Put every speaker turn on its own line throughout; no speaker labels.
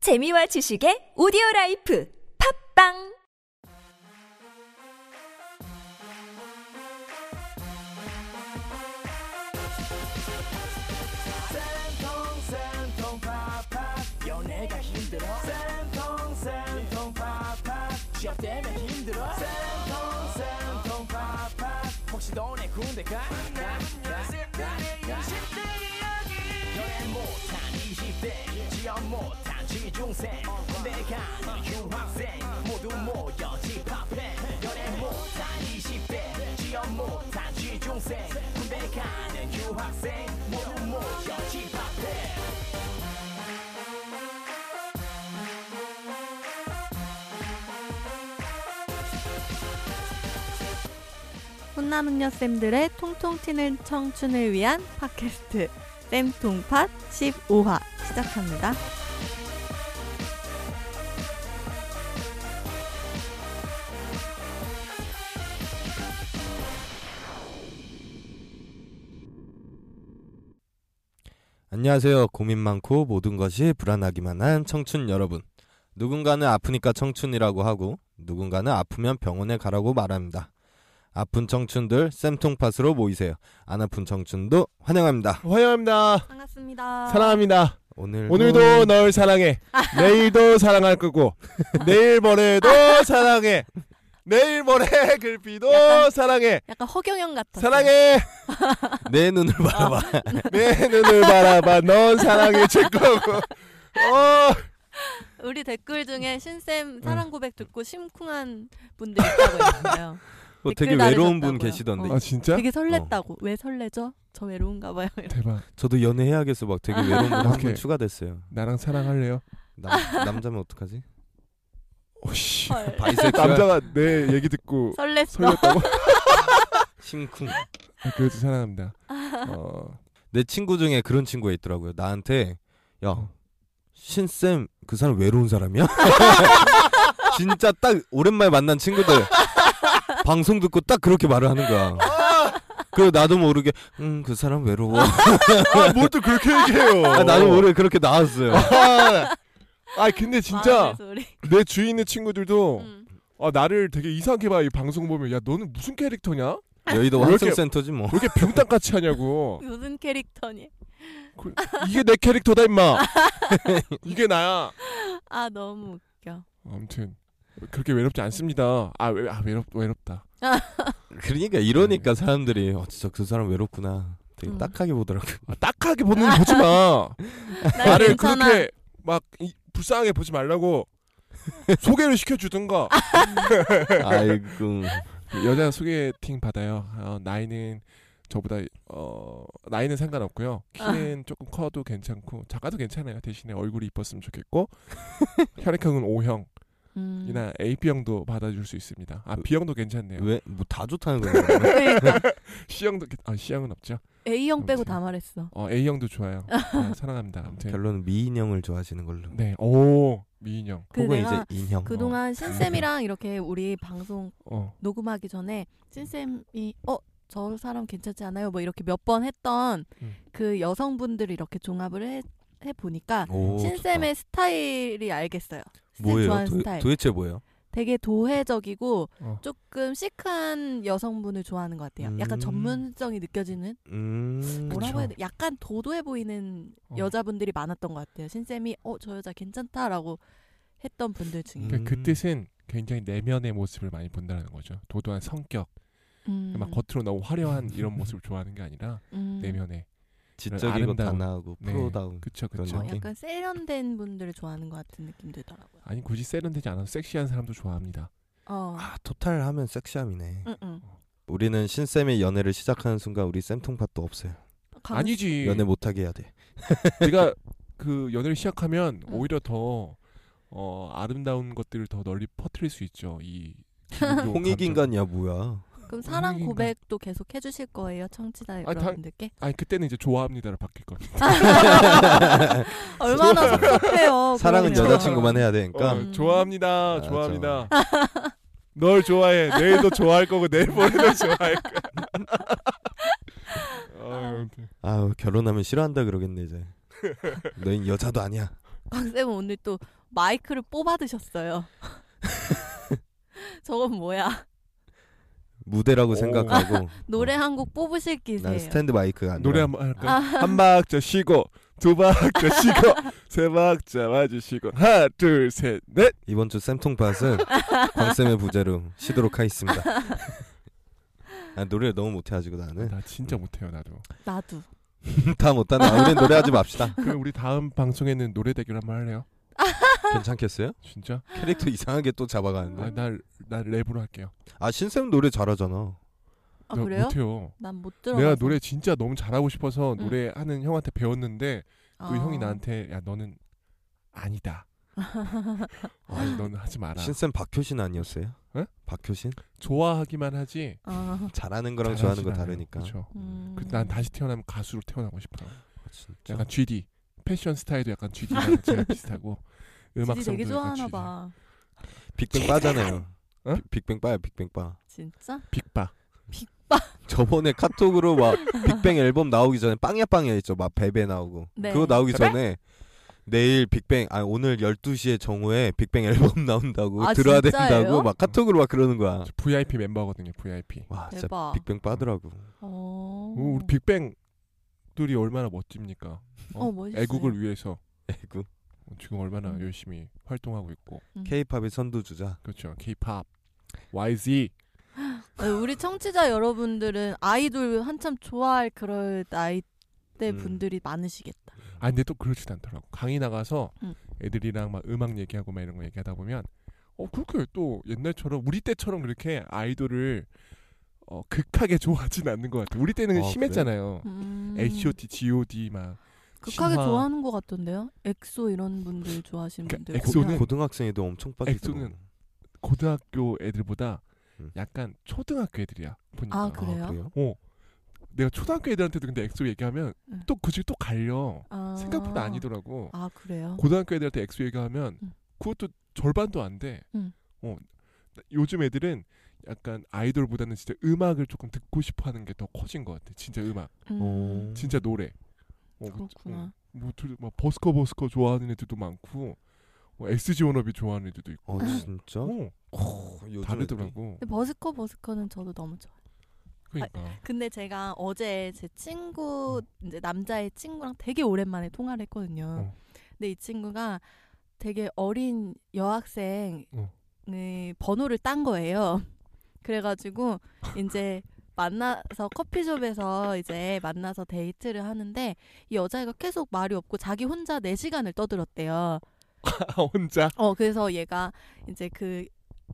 재미와 지식의 오디오 라이프 팝빵
훈남은요 쌤들의 통통 튀는 청춘을 위한 팟캐스트 쌤통팟 15화 시작합니다.
안녕하세요. 고민 많고 모든 것이 불안하기만 한 청춘 여러분. 누군가는 아프니까 청춘이라고 하고 누군가는 아프면 병원에 가라고 말합니다. 아픈 청춘들 쌤통팟으로 모이세요. 안 아픈 청춘도 환영합니다.
환영합니다.
반갑습니다.
사랑합니다.
오늘
오늘도 널 사랑해. 내일도 사랑할 거고 내일 모레도 사랑해. 내일 모레 글피도
약간-
사랑해.
약간 허경영 같아.
사랑해.
내 눈을 바라봐.
아,
내 눈을 바라봐. 넌 사랑해 줄 거고. 어,
우리 댓글
음.
중에 신쌤 사랑 고백 듣고 심쿵한 분들 있다고 했어요.
어,
댓글
되게 외로운
달으셨다고요.
분 계시던데.
어.
아 진짜?
되게 설렜다고.
어.
왜 설레죠? 저 외로운가 봐요.
대박.
저도 연애해야겠어. 막 되게 외로운 분 한 분
오케이.
추가됐어요.
나랑 사랑할래요?
남, 남자면 어떡하지?
오씨.
헐.
바이섹슈얼
남자가 내 얘기 듣고
설렜어.
설렜다고?
심쿵.
아, 그래도 사랑합니다.
아.
어,
내 친구 중에 그런 친구가 있더라고요. 나한테
어.
야 신쌤 그 사람 외로운 사람이야? 진짜 딱 오랜만에 만난 친구들 방송 듣고 딱 그렇게 말을 하는 거야. 그리고 나도 모르게 음 그 사람 외로워.
아, 뭘 또 그렇게 얘기해요?
아, 나도 모르게 그렇게 나왔어요.
아, 아, 근데 진짜
아, 그래서 우리,
내 주위에 있는 친구들도
음.
아 나를 되게 이상하게 봐 이 방송 보면 야 너는 무슨 캐릭터냐? 왜
여의도
왜 이렇게-
환승센터지 뭐.
이렇게 병따같이 하냐고
무슨 캐릭터니?
이게 내 캐릭터다 임마 이게 나야
아 너무 웃겨.
아무튼 그렇게 외롭지 않습니다 아, 외, 아 외롭, 외롭다
그러니까
네.
이러니까 사람들이 어 진짜 그 사람 외롭구나. 되게
음.
딱하게 보더라고. 요
아, 딱하게 보는 거 보지 마
나
나를
네, 괜찮아.
그렇게 막 이, 불쌍하게 보지 말라고 소개를 시켜주던가
아이고.
여자 소개팅 받아요 어, 나이는 저보다 어 나이는 상관없고요
아.
키는 조금 커도 괜찮고 작아도 괜찮아요 대신에 얼굴이 이뻤으면 좋겠고 혈액형은 O형
음.
이나 AB형도 받아줄 수 있습니다.
그
아 B형도 괜찮네요.
왜 뭐 다 좋다는 거야.
그러니까
C형도 괜- 아 C형은 없죠.
A형 빼고
아무튼.
다 말했어.
어 A형도 좋아요. 아, 사랑합니다. 아무튼
결론은 미인형을 좋아하시는 걸로.
네. 오 미인형.
그
혹은
내가
이제 인형.
그동안 신쌤이랑 이렇게 우리 방송
어
녹음하기 전에 신쌤이 어? 저 사람 괜찮지 않아요? 뭐 이렇게 몇 번 했던
음.
그 여성분들을 이렇게 종합을 해, 해보니까
어. 오, 좋다.
신쌤의 스타일이 알겠어요. 신쌤
뭐예요?
좋아하는
도,
스타일.
도대체 뭐예요?
되게 도회적이고
어.
조금 시크한 여성분을 좋아하는 것 같아요. 약간
음.
전문성이 느껴지는
음,
뭐라고 해야
그쵸.
돼? 약간 도도해 보이는
어.
여자분들이 많았던 것 같아요. 신쌤이 어 저 여자 괜찮다라고 했던 분들 중에
그러니까 그
음.
뜻은 굉장히 내면의 모습을 많이 본다는 거죠. 도도한 성격,
음.
막 겉으로 너무 화려한 이런 모습을 좋아하는 게 아니라
음.
내면의.
지적이고
아름다운.
단아하고
네.
프로다운.
그쵸
그런
그쵸.
어,
느낌?
약간 세련된 분들을 좋아하는 것 같은 느낌 들더라고요.
아니 굳이 세련되지 않아도 섹시한 사람도 좋아합니다. 어.
어,
아 토탈 하면 섹시함이네.
응, 응.
우리는 신쌤이 연애를 시작하는 순간 우리 쌤통팟도 없어요.
강-
아니지.
연애 못하게 해야 돼.
내가 그 연애를 시작하면
응.
오히려 더 어, 아름다운 것들을 더 널리 퍼뜨릴 수 있죠. 이 뭐
홍익인간이야 뭐야?
그럼 사랑
아니,
고백도 계속 해주실 거예요, 청취자
다-
여러분들께?
아니 그때는 이제 좋아합니다로 바뀔 겁니다.
얼마나 섭섭해요.
사랑은
그러면.
여자친구만 해야 되니까.
음.
어, 좋아합니다.
아,
좋아합니다. 널 좋아해. 내일도 좋아할 거고 내일 모레도 좋아할 거야. 어, 아유, 아무튼.
아유 결혼하면 싫어한다 그러겠네 이제. 너흰 여자도 아니야.
곽쌤은 오늘 또 마이크를 뽑아드셨어요. 저건 뭐야?
무대라고
오.
생각하고
어.
노래 한 곡 뽑으실 기세요.
난 스탠드 마이크가 안
노래
나와.
한번 할까요? 아, 한 박자 쉬고 두 박자 쉬고 세 박자 맞으시고 하나 둘셋넷
이번 주 쌤통팟은 광쌤의 부재로 쉬도록 하겠습니다. 아, 노래를 너무 못해가지고 나는
나 진짜 못해요 나도
나도.
다 못하나 우리 노래하지 맙시다.
그럼 우리 다음 방송에는 노래 대결 한번 할래요?
괜찮겠어요?
진짜?
캐릭터 이상하게 또 잡아가는데.
나나 랩으로 할게요
아 신쌤 노래 잘하잖아.
아,
나
그래요?
못해요
난 못 들어.
내가 노래 진짜 너무 잘하고 싶어서 노래하는 형한테 배웠는데
아.
그 형이 나한테 야 너는 아니다 아, 너는 하지 마라
신쌤 박효신 아니었어요?
에?
박효신?
좋아하기만 하지
아,
잘하는 거랑 좋아하는 거
잘하진 않아요.
다르니까.
그쵸.
음.
그- 난 다시 태어나면 가수로 태어나고 싶어
아, 진짜.
약간 GD 패션 스타일도 약간 GD랑 제일 비슷하고
지디 되게
음악성도 약간
좋아하나
GD
봐.
빅뱅 빠잖아요.
어?
빅- 빅뱅 빠야 빅뱅 빠.
진짜?
빅바
저번에 카톡으로 막 빅뱅 앨범 나오기 전에 빵야 빵야 했죠. 막 베베 나오고.
네.
그거 나오기 전에 내일 빅뱅 아니 오늘 12시에 정오에 빅뱅 앨범 나온다고
아,
들어야
진짜예요?
된다고 막 카톡으로 막 그러는 거야.
저 VIP 멤버거든요 VIP
와, 진짜
대박.
빅뱅 빠더라고.
어.
아, 오, 우리 빅뱅들이 얼마나 멋집니까
어, 멋있어요.
애국을 위해서
에구.
지금 얼마나
음.
열심히 활동하고 있고
K-팝의 선두주자.
그렇죠 K-pop YZ
아니, 네, 우리 청취자 여러분들은 아이돌 한참 좋아할 그럴 나이 대
음.
분들이 많으시겠다.
아 근데 또 그렇진 않더라고 강의 나가서
음.
애들이랑 막 음악 얘기하고 막 이런 거 얘기하다 보면 어 그렇게 또 옛날처럼 우리 때처럼 그렇게 아이돌을 어 극하게 좋아하진 않는 것 같아 우리 때는
아, 그래요?
심했잖아요
음.
H.O.T. G.O.D. 막
극하게
신화.
좋아하는 것 같던데요? 엑소 이런 분들 좋아하시는
그러니까
분들
엑소는
보면.
고등학생에도 엄청 빠지더라고.
엑소는 고등학교 애들보다
음.
약간 초등학교 애들이야 보니까
아, 그래요?
아, 그래요?
어 내가 초등학교 애들한테도 근데 엑소 얘기하면
음.
또 굳이 또 갈려
아.
생각보다 아니더라고
아 그래요?
고등학교 애들한테 엑소 얘기하면
음.
그것도 절반도 안 돼.
음.
어, 요즘 애들은 약간 아이돌보다는 진짜 음악을 조금 듣고 싶어하는 게 더 커진 것 같아. 진짜 음악,
음,
어.
진짜 노래. 어,
그렇구나.
뭐, 둘- 막 버스커 버스커 좋아하는 애들도 많고, 어, SG 워너비 좋아하는 애들도 있고.
어 진짜?
어,
어, 요즘
다르더라고.
근데 버스커 버스커는 저도 너무 좋아. 요
그러니까.
근데 제가 어제 제 친구 이제 남자의 친구랑 되게 오랜만에 통화를 했거든요.
음. 어.
근데 이 친구가 되게 어린 여학생의
어.
네, 번호를 딴 거예요. 그래가지고 이제 만나서 커피숍에서 이제 만나서 데이트를 하는데 이 여자애가 계속 말이 없고 자기 혼자 4시간을 떠들었대요.
혼자.
어 그래서 얘가 이제 그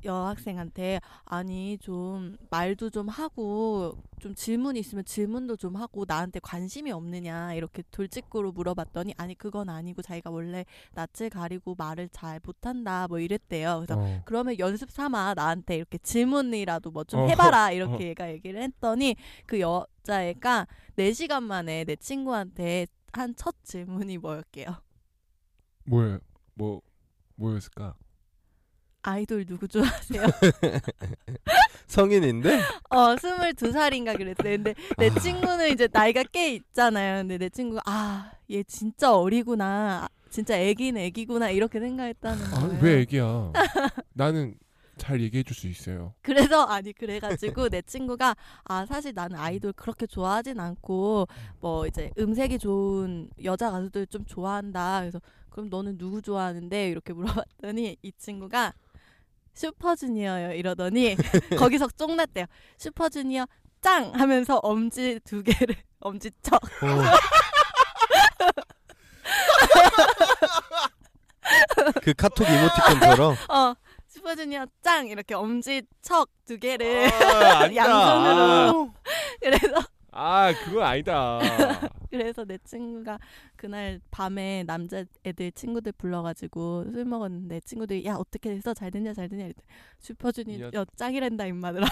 여학생한테 아니 좀 말도 좀 하고 좀 질문 이 있으면 질문도 좀 하고 나한테 관심이 없느냐 이렇게 돌직구로 물어봤더니 아니 그건 아니고 자기가 원래 낯을 가리고 말을 잘 못한다 뭐 이랬대요. 그래서
어.
그러면 연습 삼아 나한테 이렇게 질문이라도 뭐 좀
어.
해봐라 이렇게
어.
얘가 얘기를 했더니 그 여자애가 4시간 만에 내 친구한테 한 첫 질문이 뭐였게요?
뭐예요? 뭐 뭐였을까?
아이돌 누구 좋아?
성인인데?
어, 22살인가 그랬대. 근데 내
아.
친구는 이제 나이가 꽤 있잖아요. 근데 내 친구가, 아, 얘 진짜 어리구나. 아, 진짜 애긴 애기구나. 이렇게 생각했다는
아,
거예요.
왜 애기야? 나는 잘 얘기해 줄 수 있어요.
그래서, 아니, 그래가지고 내 친구가, 아, 사실 나는 아이돌 그렇게 좋아하진 않고, 뭐, 이제 음색이 좋은 여자 가수들 좀 좋아한다. 그래서, 그럼 너는 누구 좋아하는데? 이렇게 물어봤더니 이 친구가, 슈퍼주니어요 이러더니 거기서 쫑났대요. 슈퍼주니어 짱 하면서 엄지 두 개를 엄지척
어. 그 카톡 이모티콘처럼
어 슈퍼주니어 짱 이렇게 엄지척 두 개를
아, 아니다.
양손으로. 그래서
아, 그건 아니다.
그래서 내 친구가 그날 밤에 남자 애들 친구들 불러가지고 술 먹었는데 친구들이 야 어떻게 해서 잘 됐냐 잘 됐냐 이랬더니 슈퍼주니어
여-
짱이란다 임마들아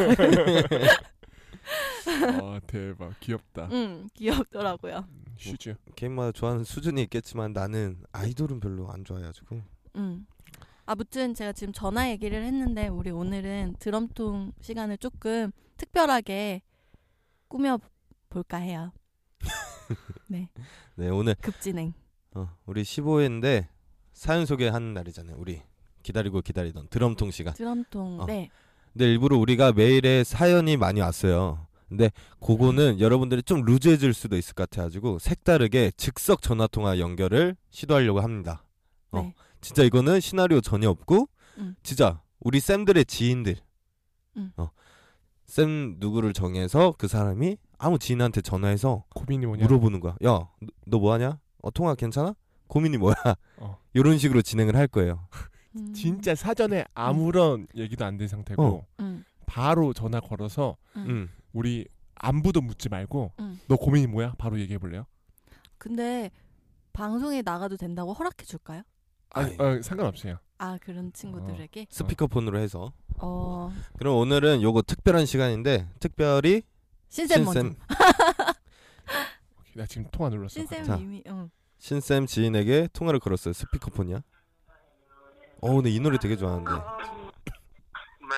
아, 대박. 귀엽다.
응 귀엽더라고요
음, 슈즈.
개인마다 뭐 좋아하는 수준이 있겠지만 나는 아이돌은 별로 안 좋아해가지고
음. 아무튼 제가 지금 전화 얘기를 했는데 우리 오늘은 드럼통 시간을 조금 특별하게 꾸며 볼까 해요. 네,
네 오늘
급진행.
어, 우리 15회인데 사연 소개하는 날이잖아요. 우리 기다리고 기다리던 드럼통 시간.
드럼통.
어.
네.
근데 일부러 우리가 메일에 사연이 많이 왔어요. 근데 그거는 여러분들이 좀 루즈해질 수도 있을 것 같아가지고 색다르게 즉석 전화 통화 연결을 시도하려고 합니다. 어.
네.
진짜 이거는 시나리오 전혀 없고
음.
진짜 우리 쌤들의 지인들
음.
어. 쌤 누구를 정해서 그 사람이 아무 지인한테 전화해서
고민이 뭐냐?
물어보는 거야. 야, 너 뭐 하냐? 어, 통화 괜찮아? 고민이 뭐야?
어.
이런 식으로 진행을 할 거예요.
음.
진짜 사전에 아무런 음. 얘기도 안 된 상태고
어.
음.
바로 전화 걸어서
음.
음.
우리 안부도 묻지 말고
음.
너 고민이 뭐야? 바로 얘기해 볼래요?
근데 방송에 나가도 된다고 허락해 줄까요?
아니, 어, 상관없어요.
아 그런 친구들에게.
스피커폰으로 해서.
어.
그럼 오늘은 요거 특별한 시간인데 특별히
신쌤 먼저.
신쌤
나 지금 통화 눌렀어.
자.
신쌤 이미. 응.
신쌤 지인에게 통화를 걸었어요. 스피커폰이야. 어, 근데 이 노래 되게 좋아하는데.
네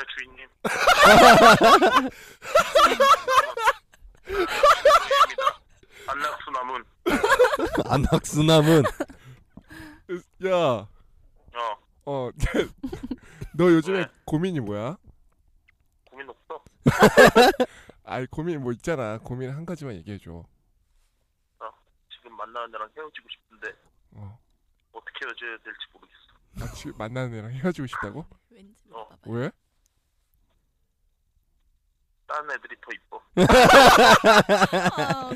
주인님. 주인입니다. 안락수 남은
안학수남은
야,
어
어, 너 요즘에 고민이 뭐야?
고민 없어?
아이 고민 뭐 있잖아. 고민 한 가지만 얘기해 줘.
지금 만나는 애랑 헤어지고 싶은데
어.
어떻게 헤어져야 될지 모르겠어.
아, 지금 만나는 애랑 헤어지고 싶다고?
왠지
어.
봐봐.
왜?
다른 애들이 더 이뻐.
아,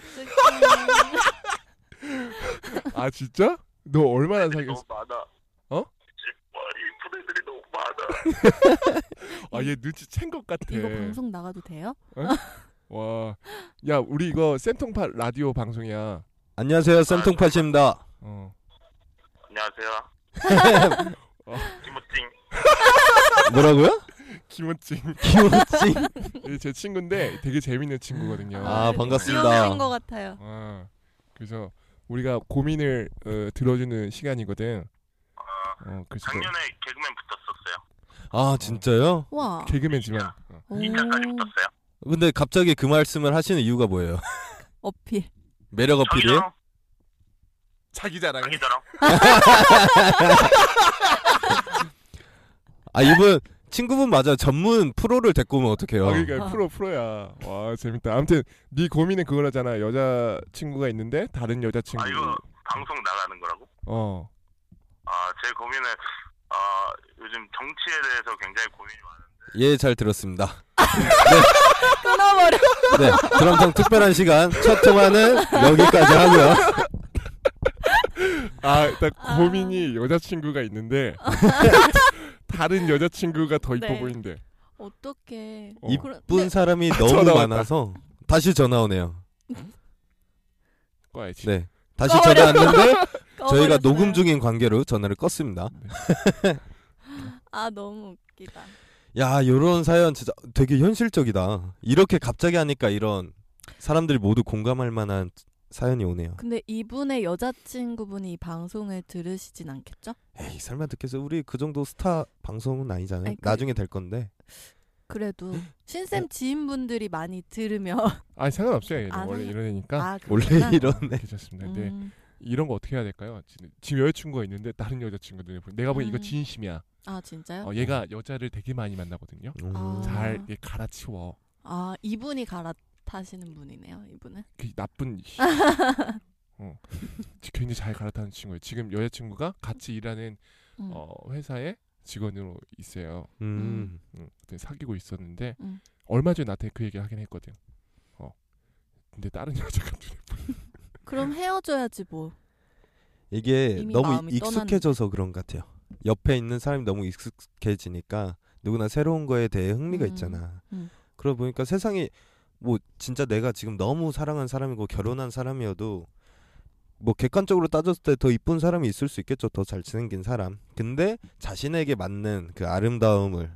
어떡해.
아 진짜? 너 얼마나
애들이
사귀었어?
너무 많아.
어?
그치? 와 이쁜 애들이 너무 많아.
아얘 눈치 챈 것 같아.
네.
이거 방송 나가도 돼요?
와, 야 우리 이거 쌤통파 라디오 방송이야.
안녕하세요. 쌤통파씨입니다.
어.
안녕하세요.
어.
김우ting.
뭐라고요?
김원찡
기호찡.
이제 친구인데 되게 재밌는 친구거든요.
아, 반갑습니다.
지옥인 것 같아요.
아, 그래서 우리가 고민을 어, 들어주는 시간이거든. 어, 그래서
작년에 개그맨 붙었었어요.
아, 진짜요?
와.
개그맨지만
아,
어,
오.
2차까지 붙었어요.
근데 갑자기 그 말씀을 하시는 이유가 뭐예요?
어필.
매력 어필이에요?
자기자랑
자기 자랑.
자기자랑
아, 이분 친구분 맞아요. 전문 프로를 데리고 오면 어떡해요?
아, 그러니까
어.
프로 프로야. 와 재밌다. 아무튼 네 고민은 그거라잖아. 여자 친구가 있는데 다른 여자 친구.
아, 이거. 방송 나가는 거라고?
어.
아 제 고민은 아 요즘 정치에 대해서 굉장히 고민이 많아요.
예, 잘 들었습니다.
끊어버려.
네, 드럼통 특별한 시간 첫 통화는 여기까지 하고요.
아 일단
아.
고민이 여자 친구가 있는데 다른 여자 친구가 더 이뻐
네.
보이는데.
어떡해.
어.
네,
이쁜 사람이 너무
전화 왔다.
많아서 다시 전화 오네요.
꺼야지.
네,
아,
다시 전화 왔는데 저희가
꺼버렸어요.
녹음 중인 관계로 전화를 껐습니다.
아 너무 웃기다.
야, 요런 사연 진짜 되게 현실적이다. 이렇게 갑자기 하니까 이런 사람들이 모두 공감할 만한 사연이 오네요.
근데 이분의 여자친구분이 이 방송을 들으시진 않겠죠?
에이, 설마 듣겠어? 우리 그 정도 스타 방송은 아니잖아요.
아니, 그-
나중에 될 건데.
그래도
네.
신쌤 지인분들이 많이 들으면
아 상관없어요. 얘는.
아,
원래
상관-
이런 애니까.
아
원래
그렇구나.
이런데.
괜찮습니다. 근데
음.
이런 거 어떻게 해야 될까요? 지- 지금 여자친구가 있는데 다른 여자친구들 내가 보기엔 이거
음.
진심이야.
아 진짜요?
어, 얘가 여자를 되게 많이 만나거든요.
음.
아.
잘 이게 갈아치워.
아 이분이 갈아타시는 분이네요. 이분은.
그 나쁜 씨. 어. 지- 굉장히 잘 갈아타는 친구예요. 지금 여자친구가 같이 일하는
음.
어, 회사의 직원으로 있어요.
음.
음, 그때 사귀고 있었는데
음.
얼마 전에 나한테 그 얘기를 하긴 했거든. 어. 근데 다른 여자가 눈에
그럼 헤어져야지 뭐.
이게
이미
너무
마음이
익숙해져서 그런 것 같아요. 옆에 있는 사람이 너무 익숙해지니까 누구나 새로운 거에 대해 흥미가
음,
있잖아.
음.
그러다 보니까 세상이 뭐 진짜 내가 지금 너무 사랑한 사람이고 결혼한 사람이어도 뭐 객관적으로 따졌을 때 더 이쁜 사람이 있을 수 있겠죠. 더 잘 생긴 사람. 근데 자신에게 맞는 그 아름다움을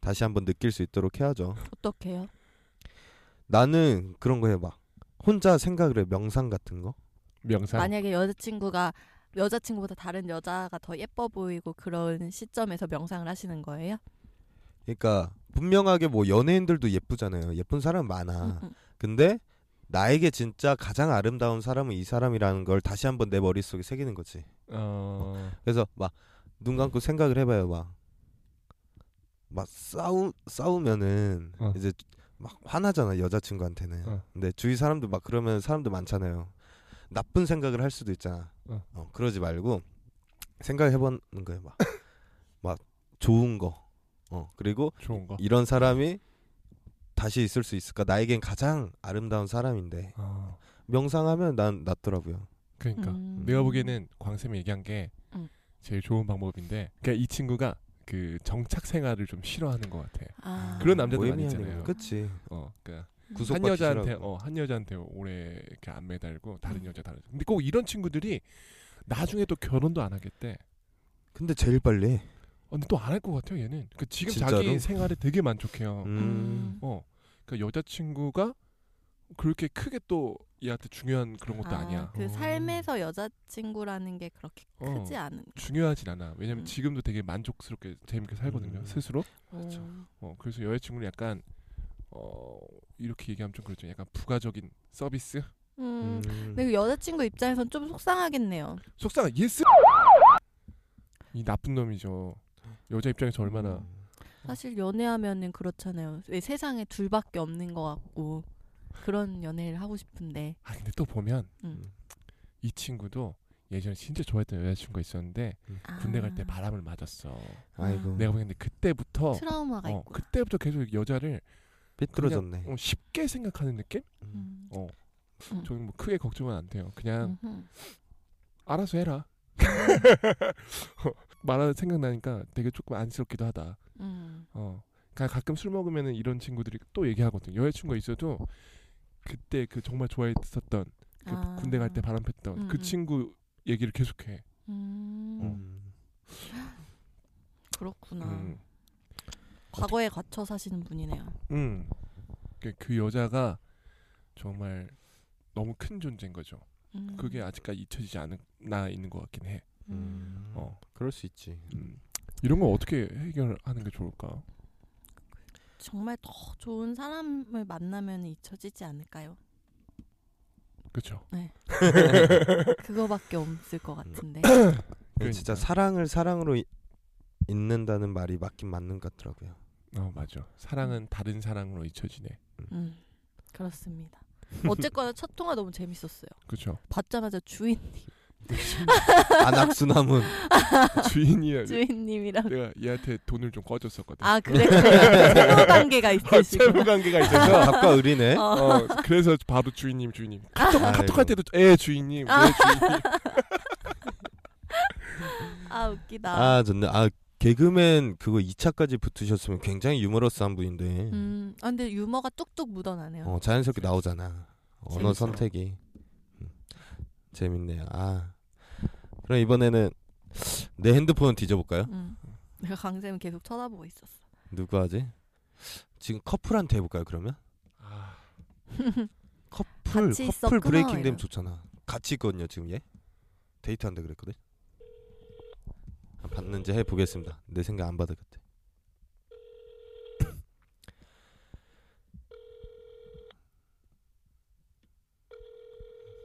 다시 한번 느낄 수 있도록 해야죠.
어떡해요?
나는 그런 거 해봐. 혼자 생각을 해. 명상 같은 거.
명상.
만약에 여자친구가 여자친구보다 다른 여자가 더 예뻐 보이고 그런 시점에서 명상을 하시는 거예요?
그러니까 분명하게 뭐 연예인들도 예쁘잖아요. 예쁜 사람 많아.
음, 음.
근데 나에게 진짜 가장 아름다운 사람은 이 사람이라는 걸 다시 한번 내 머릿속에 새기는 거지.
어.
그래서 막 눈 감고 생각을 해봐요 막. 막 싸우 싸우면은
어.
이제 막 화나잖아 여자친구한테는.
어.
근데 주위 사람들 막 그러면 사람들 많잖아요. 나쁜 생각을 할 수도 있잖아.
어.
어, 그러지 말고 생각해보는 거예요 막. 막 좋은 거. 어 그리고
좋은 거.
이런 사람이 다시 있을 수 있을까? 나에겐 가장 아름다운 사람인데
아,
명상하면 난 낫더라고요.
그러니까
음.
내가 보기에는 광쌤이 얘기한 게
음.
제일 좋은 방법인데, 그러니까 이 친구가 그 정착 생활을 좀 싫어하는 것 같아요.
아. 음.
그런 남자들 많이
보헤미안이구나.
있잖아요.
그치.
어, 그러니까
구속
한 여자한테
싫어하고.
어, 한 여자한테 오래 이렇게 안 매달고
음.
다른 여자 다른. 근데 꼭 이런 친구들이 나중에 또 결혼도 안 하겠대.
근데 제일 빨리. 해.
어, 근데 또 안 할 것 같아요. 얘는. 그 지금
진짜로?
자기 생활에 되게 만족해요.
음.
어, 그러니까 여자친구가 그렇게 크게 또 얘한테 중요한 그런 것도 아, 니야
그 삶에서 여자친구라는 게 그렇게
어.
크지 않은.
중요하진 않아. 왜냐면
음.
지금도 되게 만족스럽게 재밌게 살거든요.
음.
스스로.
그렇죠.
어, 그래서 여자친구는 약간 어, 이렇게 얘기하면 좀 그렇죠. 약간 부가적인 서비스.
음.
음.
근데 그 여자친구 입장에선 좀 속상하겠네요.
속상한 예스. 이 나쁜 놈이죠. 여자 입장에서 얼마나
음. 사실 연애하면은 그렇잖아요. 왜 세상에 둘밖에 없는 것 같고 그런 연애를 하고 싶은데.
아 근데 또 보면
음.
이 친구도 예전에 진짜 좋아했던 여자친구가 있었는데 군대 갈 때 바람을 맞았어.
아이고.
내가 보기엔 그때부터
아. 음. 트라우마가
어,
있고.
그때부터 계속 여자를
삐뚤어졌네.
어, 쉽게 생각하는 느낌?
음.
어.
음.
저는 뭐 크게 걱정은 안 돼요. 그냥
음흠.
알아서 해라. 어, 말하는 생각나니까 되게 조금 안쓰럽기도 하다.
음.
어. 그러니까 가끔 술 먹으면 이런 친구들이 또 얘기하거든요. 여자친구가 있어도 그때 그 정말 좋아했었던 그
아.
군대 갈 때 바람 폈던
음,
그
음.
친구 얘기를 계속해. 어.
음,
음.
그렇구나.
음.
과거에 갇혀 사시는 분이네요.
음. 그- 그 여자가 정말 너무 큰 존재인 거죠.
음.
그게 아직까지 잊혀지지 않은 나 있는 것 같긴 해.
음.
음.
어.
그럴 수 있지.
음. 이런 거 어떻게 해결하는 게 좋을까?
정말 더 좋은 사람을 만나면 잊혀지지 않을까요?
그렇죠.
그거밖에 없을 것 같은데.
그러니까.
진짜 사랑을 사랑으로 이- 잊는다는 말이 맞긴 맞는 것 같더라고요.
어 맞아. 사랑은 다른 사랑으로 잊혀지네.
음, 그렇습니다. 어쨌거나 첫 통화 너무 재밌었어요.
그렇죠.
받자마자 주인
안악수나문.
주인이야.
주인님이랑
내가 얘한테 돈을 좀 꺼줬었거든.
아 그래 채무 관계가 있으시고
세무 관계가 있어서.
아, 답과 을이네.
어.
어 그래서 바로 주인님 주인님 카톡
아이고.
카톡 할 때도 에 주인님 네 주인님
아 웃기다.
아 좋네. 아 개그맨 그거 2차까지 붙으셨으면 굉장히 유머러스한 분인데.
음, 아, 근데 유머가 뚝뚝 묻어나네요. 그렇죠.
어, 자연스럽게 나오잖아. 언어
재밌어.
선택이 음. 재밌네요. 아 그럼 이번에는 내 핸드폰 뒤져볼까요?
음. 내가 강쌤 계속 쳐다보고 있었어.
누구 하지? 지금 커플한테 해볼까요? 그러면
아,
커플
같이 있어,
커플
끊어,
브레이킹 되면
이런.
좋잖아. 같이 있거든요 지금 얘 데이트한다 그랬거든. 아, 받는지 해보겠습니다. 내 생각 안 받을 것 같아.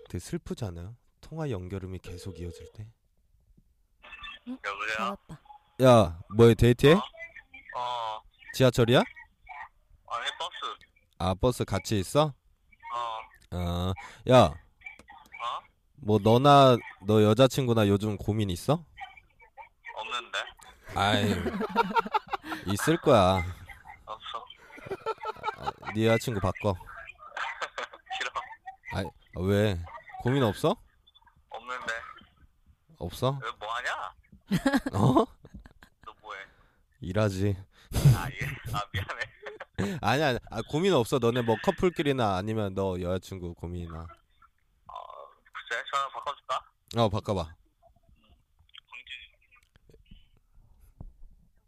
되게 슬프지 않아요? 통화 연결음이 계속 이어질 때.
여보세요?
받았다.
야, 뭐해 데이트해?
어,
지하철이야?
아니, 버스.
아, 버스 같이 있어?
어,
아, 야,
어?
뭐 너나 너 여자친구나 요즘 고민 있어?
없는데?
아이 있을 거야.
없어.
아, 네 여자친구 바꿔.
싫어.
아, 왜? 고민 없어?
없는데.
없어?
왜 뭐하냐?
어?
너 뭐해?
일하지.
아, 예. 아, 미안해.
아니 아니. 아, 고민 없어. 너네 뭐 커플끼리나 아니면 너 여자친구 고민이나.
어, 글쎄, 전화 바꿔줄까?
어 바꿔봐.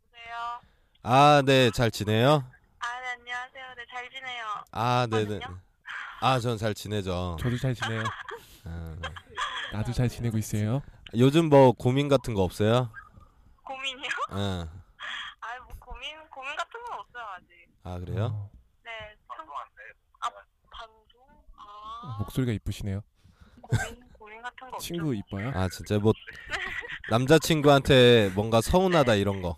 여보세요.
아 네 잘 지내요?
아, 네, 안녕하세요. 네, 잘 지내요.
아 네네.
저는요?
아 전 잘 지내죠.
저도 잘 지내요.
아,
나도 잘 지내고 있어요.
요즘 뭐 고민 같은 거 없어요? 어.
고민이요?
응.
아, 뭐 고민 고민 같은 건 없어요 아직.
아 그래요?
어,
네, 참, 아,
안 돼.
방송. 아,
목소리가 어, 이쁘시네요.
고민 고민 같은 거 없죠.
친구 이뻐요?
아 진짜 아, 뭐 남자친구한테 뭔가 서운하다 이런 거.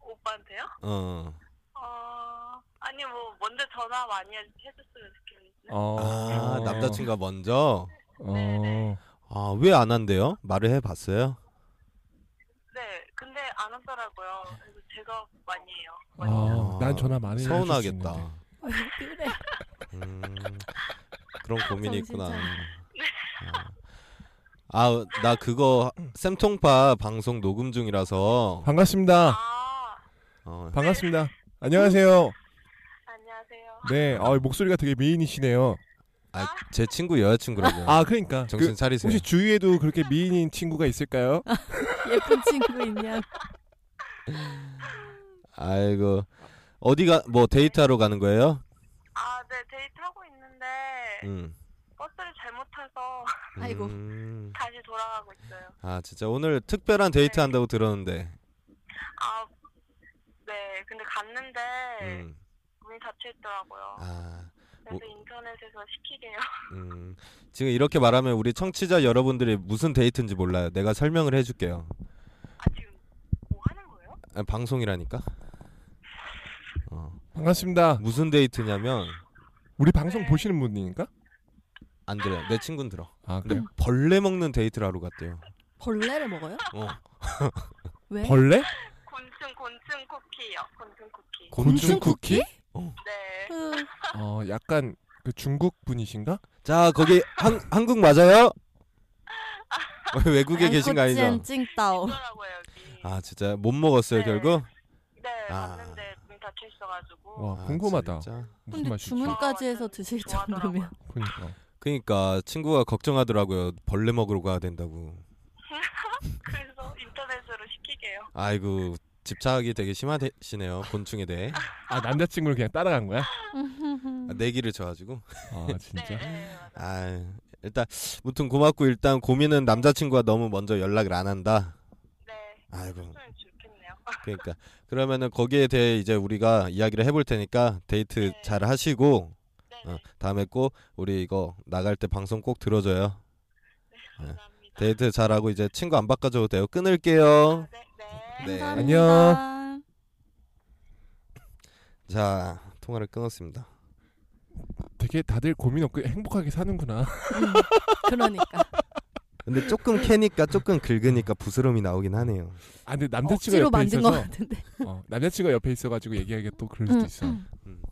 오빠한테요?
어.
어 아니 뭐 먼저 전화 많이 해줬으면 좋겠는데.
어.
아, 남자친구가 먼저.
어.
아, 왜 안 한대요? 말을 해 봤어요?
네, 근데 안 하더라고요. 그래서 제가 많이 해요. 많이.
아,
아,
난 전화 많이 해줄 수 있는데.
서운하겠다.
아, 왜 그래?
음, 그런 고민이 있구나.
정신
아, 나 그거 쌤통파 방송 녹음 중이라서
반갑습니다.
아
어,
반갑습니다. 안녕하세요.
안녕하세요.
네, 아, 목소리가 되게 미인이시네요.
아, 제 친구 여자친구라고요.
아, 그러니까
정신
그,
차리세요.
혹시 주위에도 그렇게 미인인 친구가 있을까요?
아. 예쁜 친구 있냐?
아이고. 어디가 뭐 데이트하러 가는 거예요?
아, 네 데이트 하고 있는데
음.
버스를 잘못 타서
아이고.
음.
다시 돌아가고 있어요.
아, 진짜 오늘 특별한 데이트 한다고 들었는데.
아, 네. 근데 갔는데
음.
문이 닫혀 있더라고요.
아.
그래서
뭐-
인터넷에서 시키게요.
음, 지금 이렇게 말하면 우리 청취자 여러분들이 무슨 데이트인지 몰라요. 내가 설명을 해줄게요.
아 지금 뭐 하는 거예요?
아, 방송이라니까. 어,
반갑습니다.
무슨 데이트냐면
우리 방송 보시는 분이니까?
안 들어요. 내 친구는 들어.
아,
근데
그래요?
벌레 먹는 데이트를 하러 갔대요.
벌레를 먹어요?
어,
왜?
벌레?
곤충 곤충 쿠키요. 곤충 쿠키.
곤충 쿠키?
네.
으,
어, 약간 그 중국 분이신가?
자, 거기 한, 한국 맞아요? 외국에 계신 거 아니죠?
양꼬치엔
어.
음.
찡따오.
있더라고요 여기.
아, 진짜 못 먹었어요
네.
결국.
네
아.
갔는데 문이 닫혀 있어가지고.
와,
아,
궁금하다.
진짜.
무슨
근데
맛이지?
주문까지 해서 드실
좋아하더라고요.
정도면
그러니까.
그러니까 친구가 걱정하더라고요. 벌레 먹으러 가야 된다고.
그래서 인터넷으로 시키게요.
아이고 집착이 되게 심하시네요. 곤충에 대해.
아, 남자친구를 그냥 따라간 거야?
아, 내기를 져가지고.
아,
네.
진짜?
네, 맞아요.
아 일단 무튼 고맙고 일단 고민은 남자친구가 너무 먼저 연락을 안 한다.
네.
아이고
좀 좋겠네요.
그러니까 그러면은 거기에 대해 이제 우리가 이야기를 해볼 테니까 데이트
네.
잘 하시고
네.
어, 다음에 꼭 우리 이거 나갈 때 방송 꼭 들어줘요.
감사합니다.
데이트 잘하고 이제 친구 안 바꿔줘도 돼요. 끊을게요.
네. 네.
네.
감사합니다.
네. 자 통화를 끊었습니다.
되게 다들 고민 없고 행복하게 사는구나.
음, 그러니까.
근데 조금 캐니까 조금 긁으니까 부스럼이 나오긴 하네요.
아, 근데 남자친구가
억지로
옆에
만든 것
있어서
같은데.
어, 남자친구가 옆에 있어가지고 얘기하기가 또 그럴 수도
음,
있어.
음.
음.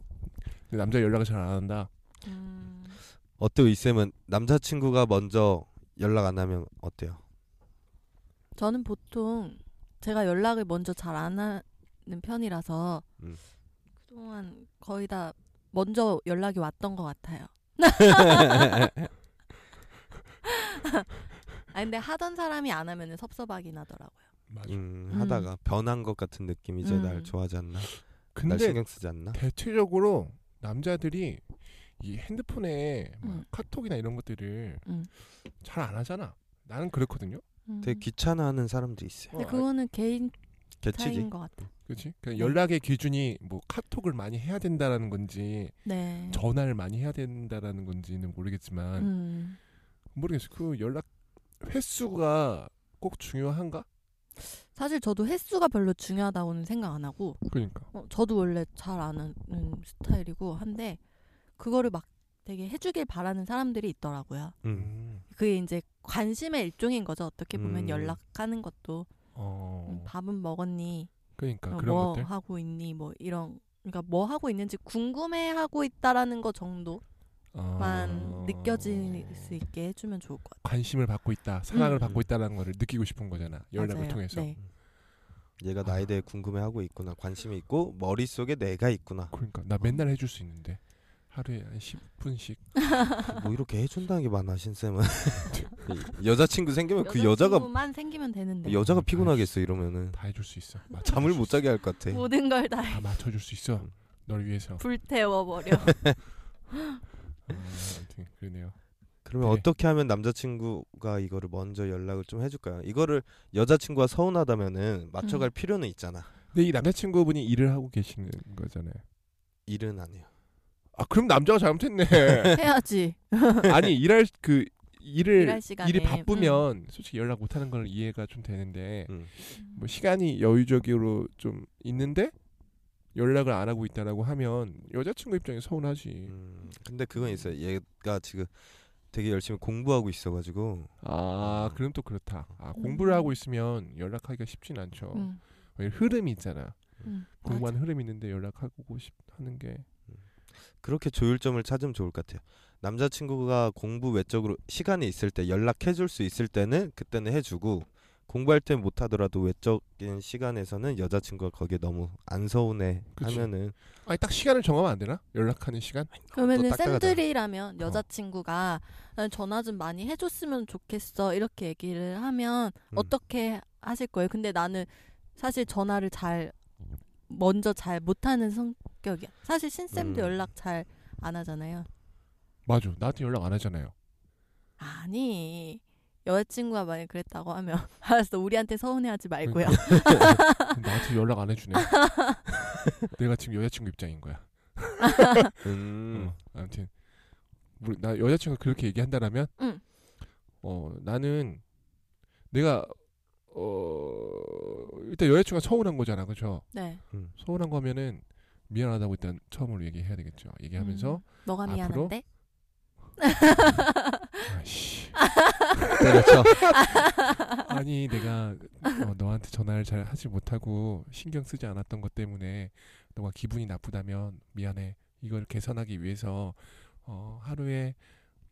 근데 남자 연락을 잘 안 한다.
음.
어때요 이 쌤은 남자친구가 먼저 연락 안 하면 어때요?
저는 보통 제가 연락을 먼저 잘 안 하는 편이라서
음.
그동안 거의 다 먼저 연락이 왔던 것 같아요. 아 근데 하던 사람이 안 하면 은 섭섭하긴 하더라고요.
맞아.
음,
음.
하다가 변한 것 같은 느낌이 이제 날
음.
좋아하지 않나? 날
근데
신경 쓰지 않나?
대체적으로 남자들이 이 핸드폰에 막
음.
카톡이나 이런 것들을
음.
잘 안 하잖아. 나는 그렇거든요.
음.
되게 귀찮아하는 사람도 있어요.
근데 그거는 개인 차이인
개치지. 음.
것 같아.
그렇지? 그냥 그러니까
음.
연락의 기준이 뭐 카톡을 많이 해야 된다라는 건지
네.
전화를 많이 해야 된다라는 건지는 모르겠지만
음.
모르겠어. 그 연락 횟수가 꼭 중요한가?
사실 저도 횟수가 별로 중요하다고는 생각 안 하고
그러니까.
어, 저도 원래 잘 아는 스타일이고 한데 그거를 막 되게 해주길 바라는 사람들이 있더라고요.
음.
그게 이제 관심의 일종인 거죠. 어떻게 보면
음.
연락하는 것도 음,
어.
밥은 먹었니,
그러니까
어,
그런
뭐
것들.
하고 있니, 뭐 이런. 그러니까 뭐 하고 있는지 궁금해 하고 있다라는 거 정도만
어.
느껴질 수 있게 해주면 좋을 것 같아요.
관심을 받고 있다, 사랑을
음.
받고 있다라는 거를 느끼고 싶은 거잖아. 연락을
맞아요.
통해서.
네.
얘가 나에 대해 궁금해하고 있구나. 관심이 있고 머릿속에 내가 있구나.
그러니까 나 맨날 해줄 수 있는데 하루에 한 10분씩.
뭐 이렇게 해준다는 게 많아 신쌤은. 이 여자친구 생기면 그 여자가
여자친구만 생기면 되는데
여자가 피곤하겠어 이러면은
다 해줄 수 있어. 맞춰줄
잠을
수
못
있어.
자게 할 것 같아.
모든 걸 다
다 맞춰줄 수 있어. 널 위해서.
불태워버려.
아, 아무튼 그러네요.
그러면
네.
어떻게 하면 남자친구가 이거를 먼저 연락을 좀 해줄까요? 이거를 여자친구가 서운하다면은 맞춰갈
음.
필요는 있잖아.
근데 이 남자친구분이 일을 하고 계시는 거잖아요.
일은 안 해요.
아 그럼 남자가 잘못했네.
해야지.
아니 일할 그 일을
일할 시간에, 음.
일이 바쁘면 솔직히 연락 못 하는 걸 이해가 좀 되는데
음.
뭐 시간이 여유적으로 좀 있는데 연락을 안 하고 있다라고 하면 여자친구 입장에 서운하지.
음, 근데 그건 있어요. 얘가 지금 되게 열심히 공부하고 있어가지고
아 그럼 또 그렇다. 아 공부를 하고 있으면 연락하기가 쉽진 않죠.
음,
왜뭐 흐름이 있잖아.
음,
공부한
맞아.
흐름이 있는데 연락하고 싶 하는 게
그렇게 조율점을 찾으면 좋을 것 같아요. 남자친구가 공부 외적으로 시간이 있을 때 연락해줄 수 있을 때는 그때는 해주고 공부할 때 못하더라도 외적인 시간에서는 여자친구가 거기에 너무 안 서운해
그치.
하면은
아니 딱 시간을 정하면 안 되나? 연락하는 시간?
그러면은
또 딱딱하다.
샌들이라면
어.
여자친구가 난 전화 좀 많이 해줬으면 좋겠어 이렇게 얘기를 하면
음.
어떻게 하실 거예요? 근데 나는 사실 전화를 잘 먼저 잘 못하는 성격이야. 사실 신쌤도
음.
연락 잘 안 하잖아요.
맞아. 나한테 연락 안 하잖아요.
아니 여자친구가 만약 그랬다고 하면 알았어 우리한테 서운해하지 말고요.
그러니까 나한테 연락 안 해주네. 내가 지금 여자친구 입장인 거야.
음,
어, 아무튼 우리- 나 여자친구가 그렇게 얘기한다라면,
응.
어 나는 내가 어 일단 여자친구가 서운한 거잖아, 그렇죠?
네.
음.
서운한 거면은 미안하다고 일단 처음으로 얘기해야 되겠죠. 얘기하면서
음, 너가
앞으로?
미안한데
아씨,
때려쳐.
아니 내가 어, 너한테 전화를 잘 하지 못하고 신경 쓰지 않았던 것 때문에 너가 기분이 나쁘다면 미안해. 이걸 개선하기 위해서 어, 하루에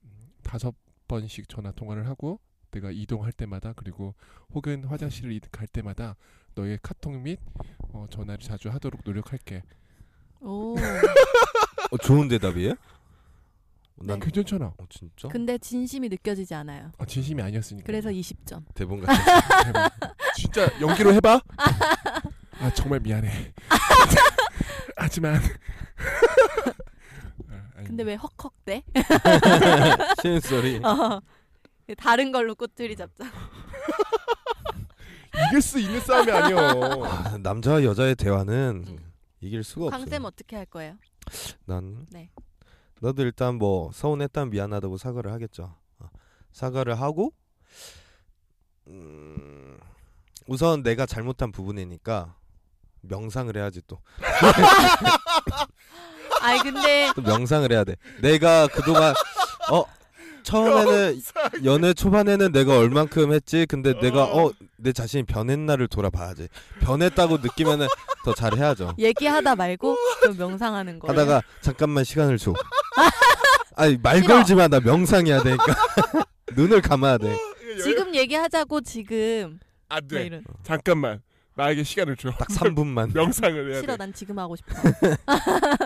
음, 다섯 번씩 전화 통화를 하고 내가 이동할 때마다 그리고 혹은 화장실을 이- 갈 때마다 너의 카톡 및 어, 전화를 자주 하도록 노력할게.
오.
그렇죠.
어, 좋은 대답이에요? 난
네.
괜찮잖아.
어, 진짜
근데 진심이 느껴지지 않아요.
아, 진심이 아니었으니까.
그래서 20점.
대본 같은.
해봐. 진짜 연기로 해봐. 아 정말 미안해. 하지만. 아, 아니,
근데 왜 헉헉대?
시인 소리.
어. 다른 걸로 꼬투리 잡자.
이길 수 있는 싸움이 아니요.
아, 남자와 여자의 대화는
음.
이길 수가 없어요.
강쌤 어떻게 할 거예요?
난
네.
나도 일단 뭐 서운했다 미안하다고 사과를 하겠죠. 어, 사과를 하고 음, 우선 내가 잘못한 부분이니까 명상을 해야지 또.
아니 근데
또 명상을 해야 돼. 내가 그동안 어 처음에는 연애 초반에는 내가 얼만큼 했지. 근데 내가 어 내 자신이 변했나를 돌아봐야지. 변했다고 느끼면은 더 잘해야죠.
얘기하다 말고 좀 명상하는 거.
하다가 잠깐만 시간을 줘. 아니 말 걸지 마. 나 명상해야 되니까. 눈을 감아야 돼.
지금 얘기하자고 지금.
안
왜
네,
돼.
이런.
잠깐만. 나에게 시간을 줘.
딱 3분만.
명상을 해야
싫어
돼.
난 지금 하고 싶어.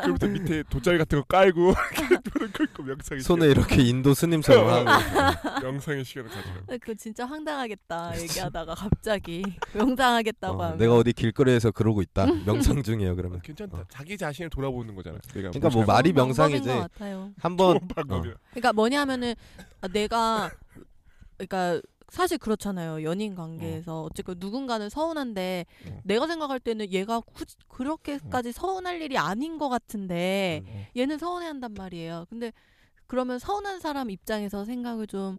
그부터 밑에 돗자리 같은 거 깔고 이렇게 눈을 긁고 명상이
손에 이렇게 인도 스님처럼 하고.
명상의 시간을 가지라고.
아, 그거 진짜 황당하겠다. 얘기하다가 갑자기 명상하겠다고
어,
하면.
내가 어디 길거리에서 그러고 있다. 명상 중이에요. 그러면.
괜찮다. 자기 자신을 돌아보는 거잖아. 내가
어. 그러니까 뭐 어.
뭐
말이
좋은 방법인
명상이지.
것 같아요.
한번
방법이야.
그러니까 뭐냐면은 아, 내가 그러니까 사실 그렇잖아요 연인 관계에서 어. 쨌건 누군가는 서운한데
어.
내가 생각할 때는 얘가 굳이 그렇게까지 서운할 일이 아닌 것 같은데
음.
얘는 서운해한단 말이에요. 근데 그러면 서운한 사람 입장에서 생각을 좀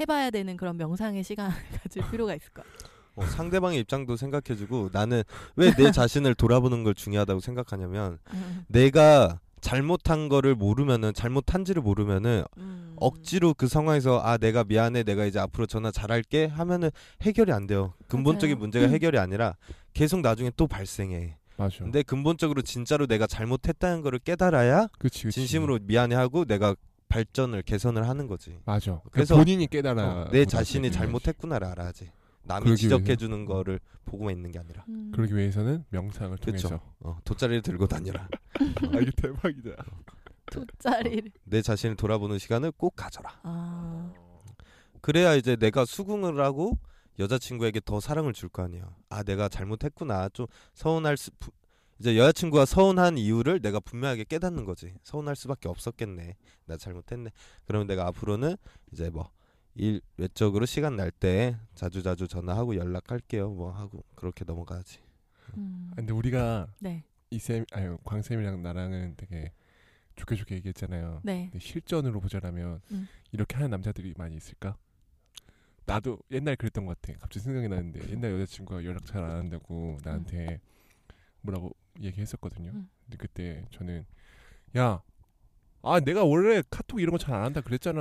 해봐야 되는 그런 명상의 시간을 가질 필요가 있을 것 같아요.
어, 상대방의 입장도 생각해주고 나는 왜 내 자신을 돌아보는 걸 중요하다고 생각하냐면 내가 잘못한 거를 모르면은 잘못한지를 모르면은
음.
억지로 그 상황에서 아 내가 미안해 내가 이제 앞으로 전화 잘할게 하면은 해결이 안 돼요 근본적인
맞아요. 음.
문제가 해결이 아니라 계속 나중에 또
그렇죠.
발생해
맞아.
근데 근본적으로 진짜로 내가 잘못했다는 거를 깨달아야
그치, 그치.
진심으로 미안해하고 내가 발전을 개선을 하는 거지
맞아.
그래서-
그래서 본인이 깨달아.
어, 내
보다
자신이
보다.
잘못했구나를 알아야지 남이
그러기
지적해
위해서.
주는 거를 보고만 있는 게 아니라
음.
그러기 위해서는 명상을
그쵸.
통해서.
어, 돗자리를 들고 다니라
아 이게 대박이다.
돗자리를.
내 자신을 돌아보는 시간을 꼭 가져라
아.
그래야 이제 내가 수긍을 하고 여자친구에게 더 사랑을 줄 거 아니야. 아 내가 잘못했구나. 좀 서운할 수 부- 이제 여자친구가 서운한 이유를 내가 분명하게 깨닫는 거지. 서운할 수밖에 없었겠네. 나 잘못했네. 그러면 내가 앞으로는 이제 뭐 일 외적으로 시간 날 때 자주자주 전화하고 연락할게요. 뭐 하고 그렇게 넘어가지.
음.
근데 우리가
네.
이쌤 아니 광쌤이랑 나랑은 되게 좋게 좋게 얘기했잖아요.
네.
근데 실전으로 보자라면
음.
이렇게 하는 남자들이 많이 있을까? 나도 옛날 그랬던 것 같아. 갑자기 생각이 나는데 옛날 여자친구가 연락 잘 안 한다고 나한테 뭐라고 얘기했었거든요.
음.
근데 그때 저는 야, 아 내가 원래 카톡 이런 거 잘 안 한다 그랬잖아.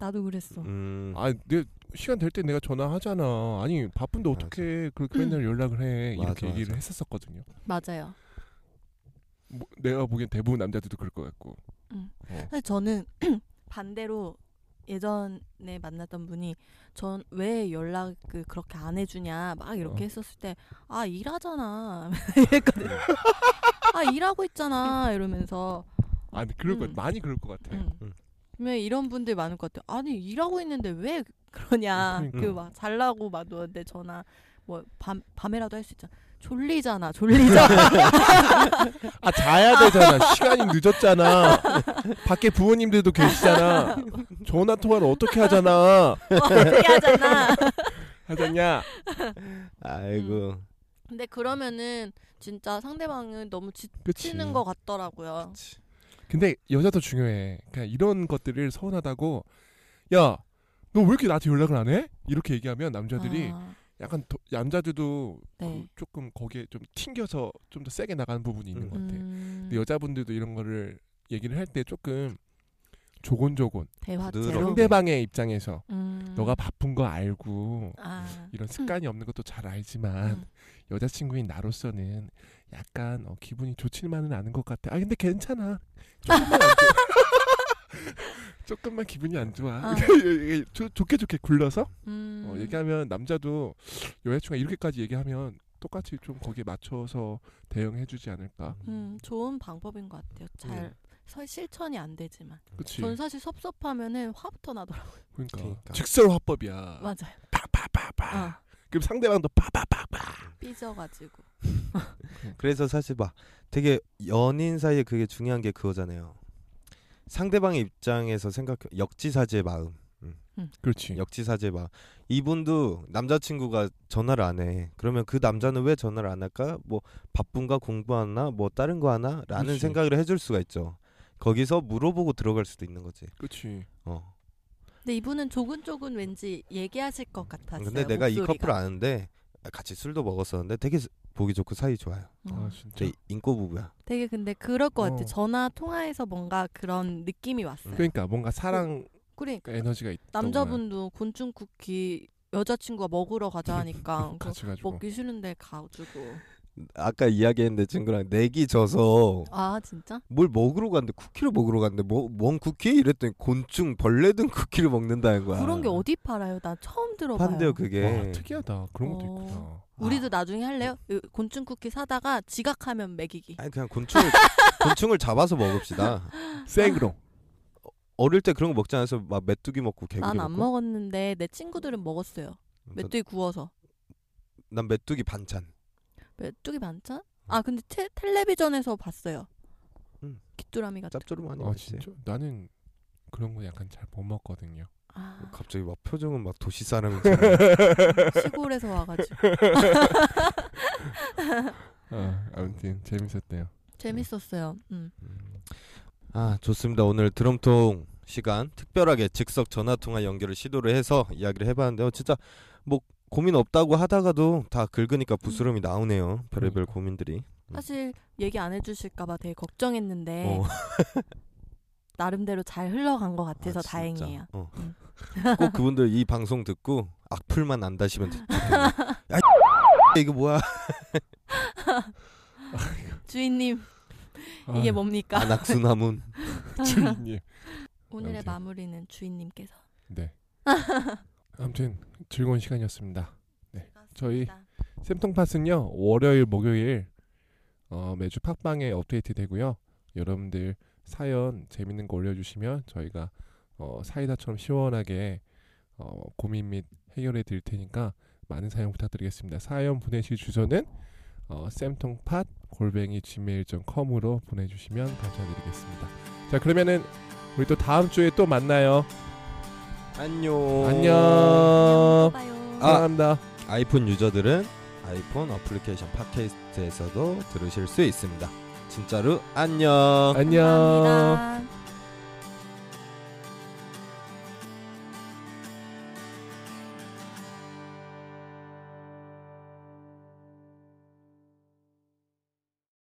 나도 그랬어.
음.
아, 내 시간 될 때 내가 전화하잖아. 아니 바쁜데
맞아.
어떻게 그렇게 맨날 연락을 해?
맞아,
이렇게 얘기를
맞아.
했었었거든요.
맞아요.
뭐, 내가 보기엔 대부분 남자들도 그럴 것 같고.
사실 저는 반대로 예전에 만났던 분이 전 왜 연락을 그렇게 안 해주냐 막 이렇게
어. 네.
했었을 때 아 일하잖아 이랬거든요. 아 일하고 있잖아 이러면서
아, 근데 그럴 것
음.
같, 많이 그럴 것 같아.
음.
음. 왜 이런 분들 많을 것 같아요. 아니 일하고 있는데 왜 그러냐.
그러니까.
그 막 잘라고 막 누웠는데 전화 뭐 밤 밤에라도 할 수 있잖아. 졸리잖아. 졸리잖아.
아 자야 되잖아 시간이 늦었잖아 밖에 부모님들도 계시잖아 전화 통화를 어떻게 하잖아
뭐 어떻게 하잖아.
하잖냐
아이고.
근데 그러면은 진짜 상대방은 너무
그치
지치는 것 같더라고요.
근데 여자도 중요해 그냥 이런 것들을 서운하다고 야 너 왜 이렇게 나한테 연락을 안 해? 이렇게 얘기하면 남자들이
아,
약간 더- 남자들도
네.
그 조금 거기에 좀 튕겨서 좀 더 세게 나가는 뭐 부분이 있는
음.
것 같아
음,
근데 여자분들도 이런 거를 얘기를 할 때 조금 조곤조곤
부드럽게.
대화제로.
상대방의 입장에서
네. 음.
너가 바쁜 거 알고
아.
이런 습관이 없는 것도 잘 알지만
음.
여자친구인 나로서는 약간 어, 기분이 좋지만은 않은 것 같아. 아 근데 괜찮아. 조금만 안 좋아. 조금만 기분이 안 좋아.
아.
이게 좋- 좋게 좋게 굴러서
음.
어, 얘기하면 남자도 여자친구가 이렇게까지 얘기하면 똑같이 좀 거기에 맞춰서 대응해주지 않을까.
음, 좋은 방법인 것 같아요. 잘 서- 실천이 안 되지만.
음, 그치.
전 사실 섭섭하면은 화부터 나더라고요.
그러니까.
그러니까.
직설 화법이야.
맞아요.
파파파파.
아,
그럼 상대방도 파파파파.
삐져가지고.
그래서 사실 막 되게 연인 사이에 그게 중요한 게 그거잖아요. 상대방의 입장에서 생각 역지사지의 마음, 네.
그렇지.
역지사지의 마음. 이분도 남자친구가 전화를 안 해. 그러면 그 남자는 왜 전화를 안 할까? 뭐 바쁜가 공부하나 뭐 다른 거 하나라는
그치.
생각을 해줄 수가 있죠. 거기서 물어보고 들어갈 수도 있는 거지.
그렇지.
어.
근데 이분은 조근조근 왠지 얘기하실 것 같았어요.
근데 내가 이
목소리가.
커플 아는데 같이 술도 먹었었는데 되게 스- 보기 좋고 사이 좋아요.
어,
아 진짜.
되게 인꼬 부부야.
되게 근데 그럴 것 같아.
어.
요 전화 통화에서 뭔가 그런 느낌이 왔어요.
그러니까 뭔가 사랑
그러니까
에너지가 있.
남자분도 곤충 쿠키 여자친구가 먹으러 가자 하니까 그거
같이 가지고.
먹기 싫은데 가지고.
아까 이야기했는데 친구랑 내기 져서
아 진짜?
뭘 먹으러 갔는데 쿠키를 먹으러 갔는데 뭐뭔 쿠키 이랬더니 곤충 벌레 든 쿠키를 먹는다는 거야.
그런 게 어디 팔아요? 나 처음 들어봐요.
그러니까. 판대요 그게. 아.
와 특이하다 그런 것도
예. 어.
있구나.
우리도 나중에 할래요? 그 곤충 쿠키 사다가 지각하면 먹이기.
아니 그냥 곤충을 곤충을 잡아서 먹읍시다.
생으로.
어릴 때 그런 거 먹지 않아서 막 메뚜기 먹고 개구리
난 안
먹고. 그
먹었는데 내 친구들은 먹었어요.
난,
메뚜기 구워서.
난 메뚜기 반찬.
메뚜기 반찬? 아 근데 텔- 텔레비전에서 봤어요.
음.
귀뚜라미 같은.
짭조름 많이
아
먹지.
진짜? 나는 그런 거 약간 잘 못 먹거든요.
아,
갑자기 막 표정은 막 도시 사람.
그 시골에서 와가지고
아, 아무튼 재밌었대요.
재밌었어요. 음.
아 좋습니다. 오늘 드럼통 시간 특별하게 즉석 전화 통화 연결을 시도를 해서 이야기를 해봤는데요. 진짜 뭐 고민 없다고 하다가도 다
음.
긁으니까 부스럼이 나오네요. 별의별
그러니까.
고민들이.
사실 얘기 안 해주실까봐 되게 걱정했는데
음. 어.
나름대로 잘 흘러간 것 같아서
아, 진짜.
다행이에요.
어.
음.
꼭 그분들 이 방송 듣고 악플만 안 다시면 좋- 좋겠네요. 야, 이거 뭐야?
주인님
아,
이게 뭐 뭡니까?
아, 안악수나문.
주인님.
오늘의
아무튼.
마무리는 주인님께서.
네. 아무튼 즐거운 시간이었습니다. 네. 저희
즐거웠습니다.
쌤통팟은요 월요일 목요일 어, 매주 팟빵에 업데이트 되고요. 여러분들 사연 재밌는 거 올려주시면 저희가 어, 사이다처럼 시원하게 어, 고민 및 해결해 드릴 테니까 많은 사연 부탁드리겠습니다. 사연 보내실 주소는 어, 쌤통팟 골뱅이 gmail.com으로 보내주시면 감사드리겠습니다. 자 그러면은 우리 또 다음 주에 또 만나요.
안녕. 어,
안녕.
봐요.
사랑합니다.
아이폰 유저들은 아이폰 어플리케이션 팟캐스트에서도 들으실 수 있습니다.
진짜로 안녕.
안녕.
감사합니다.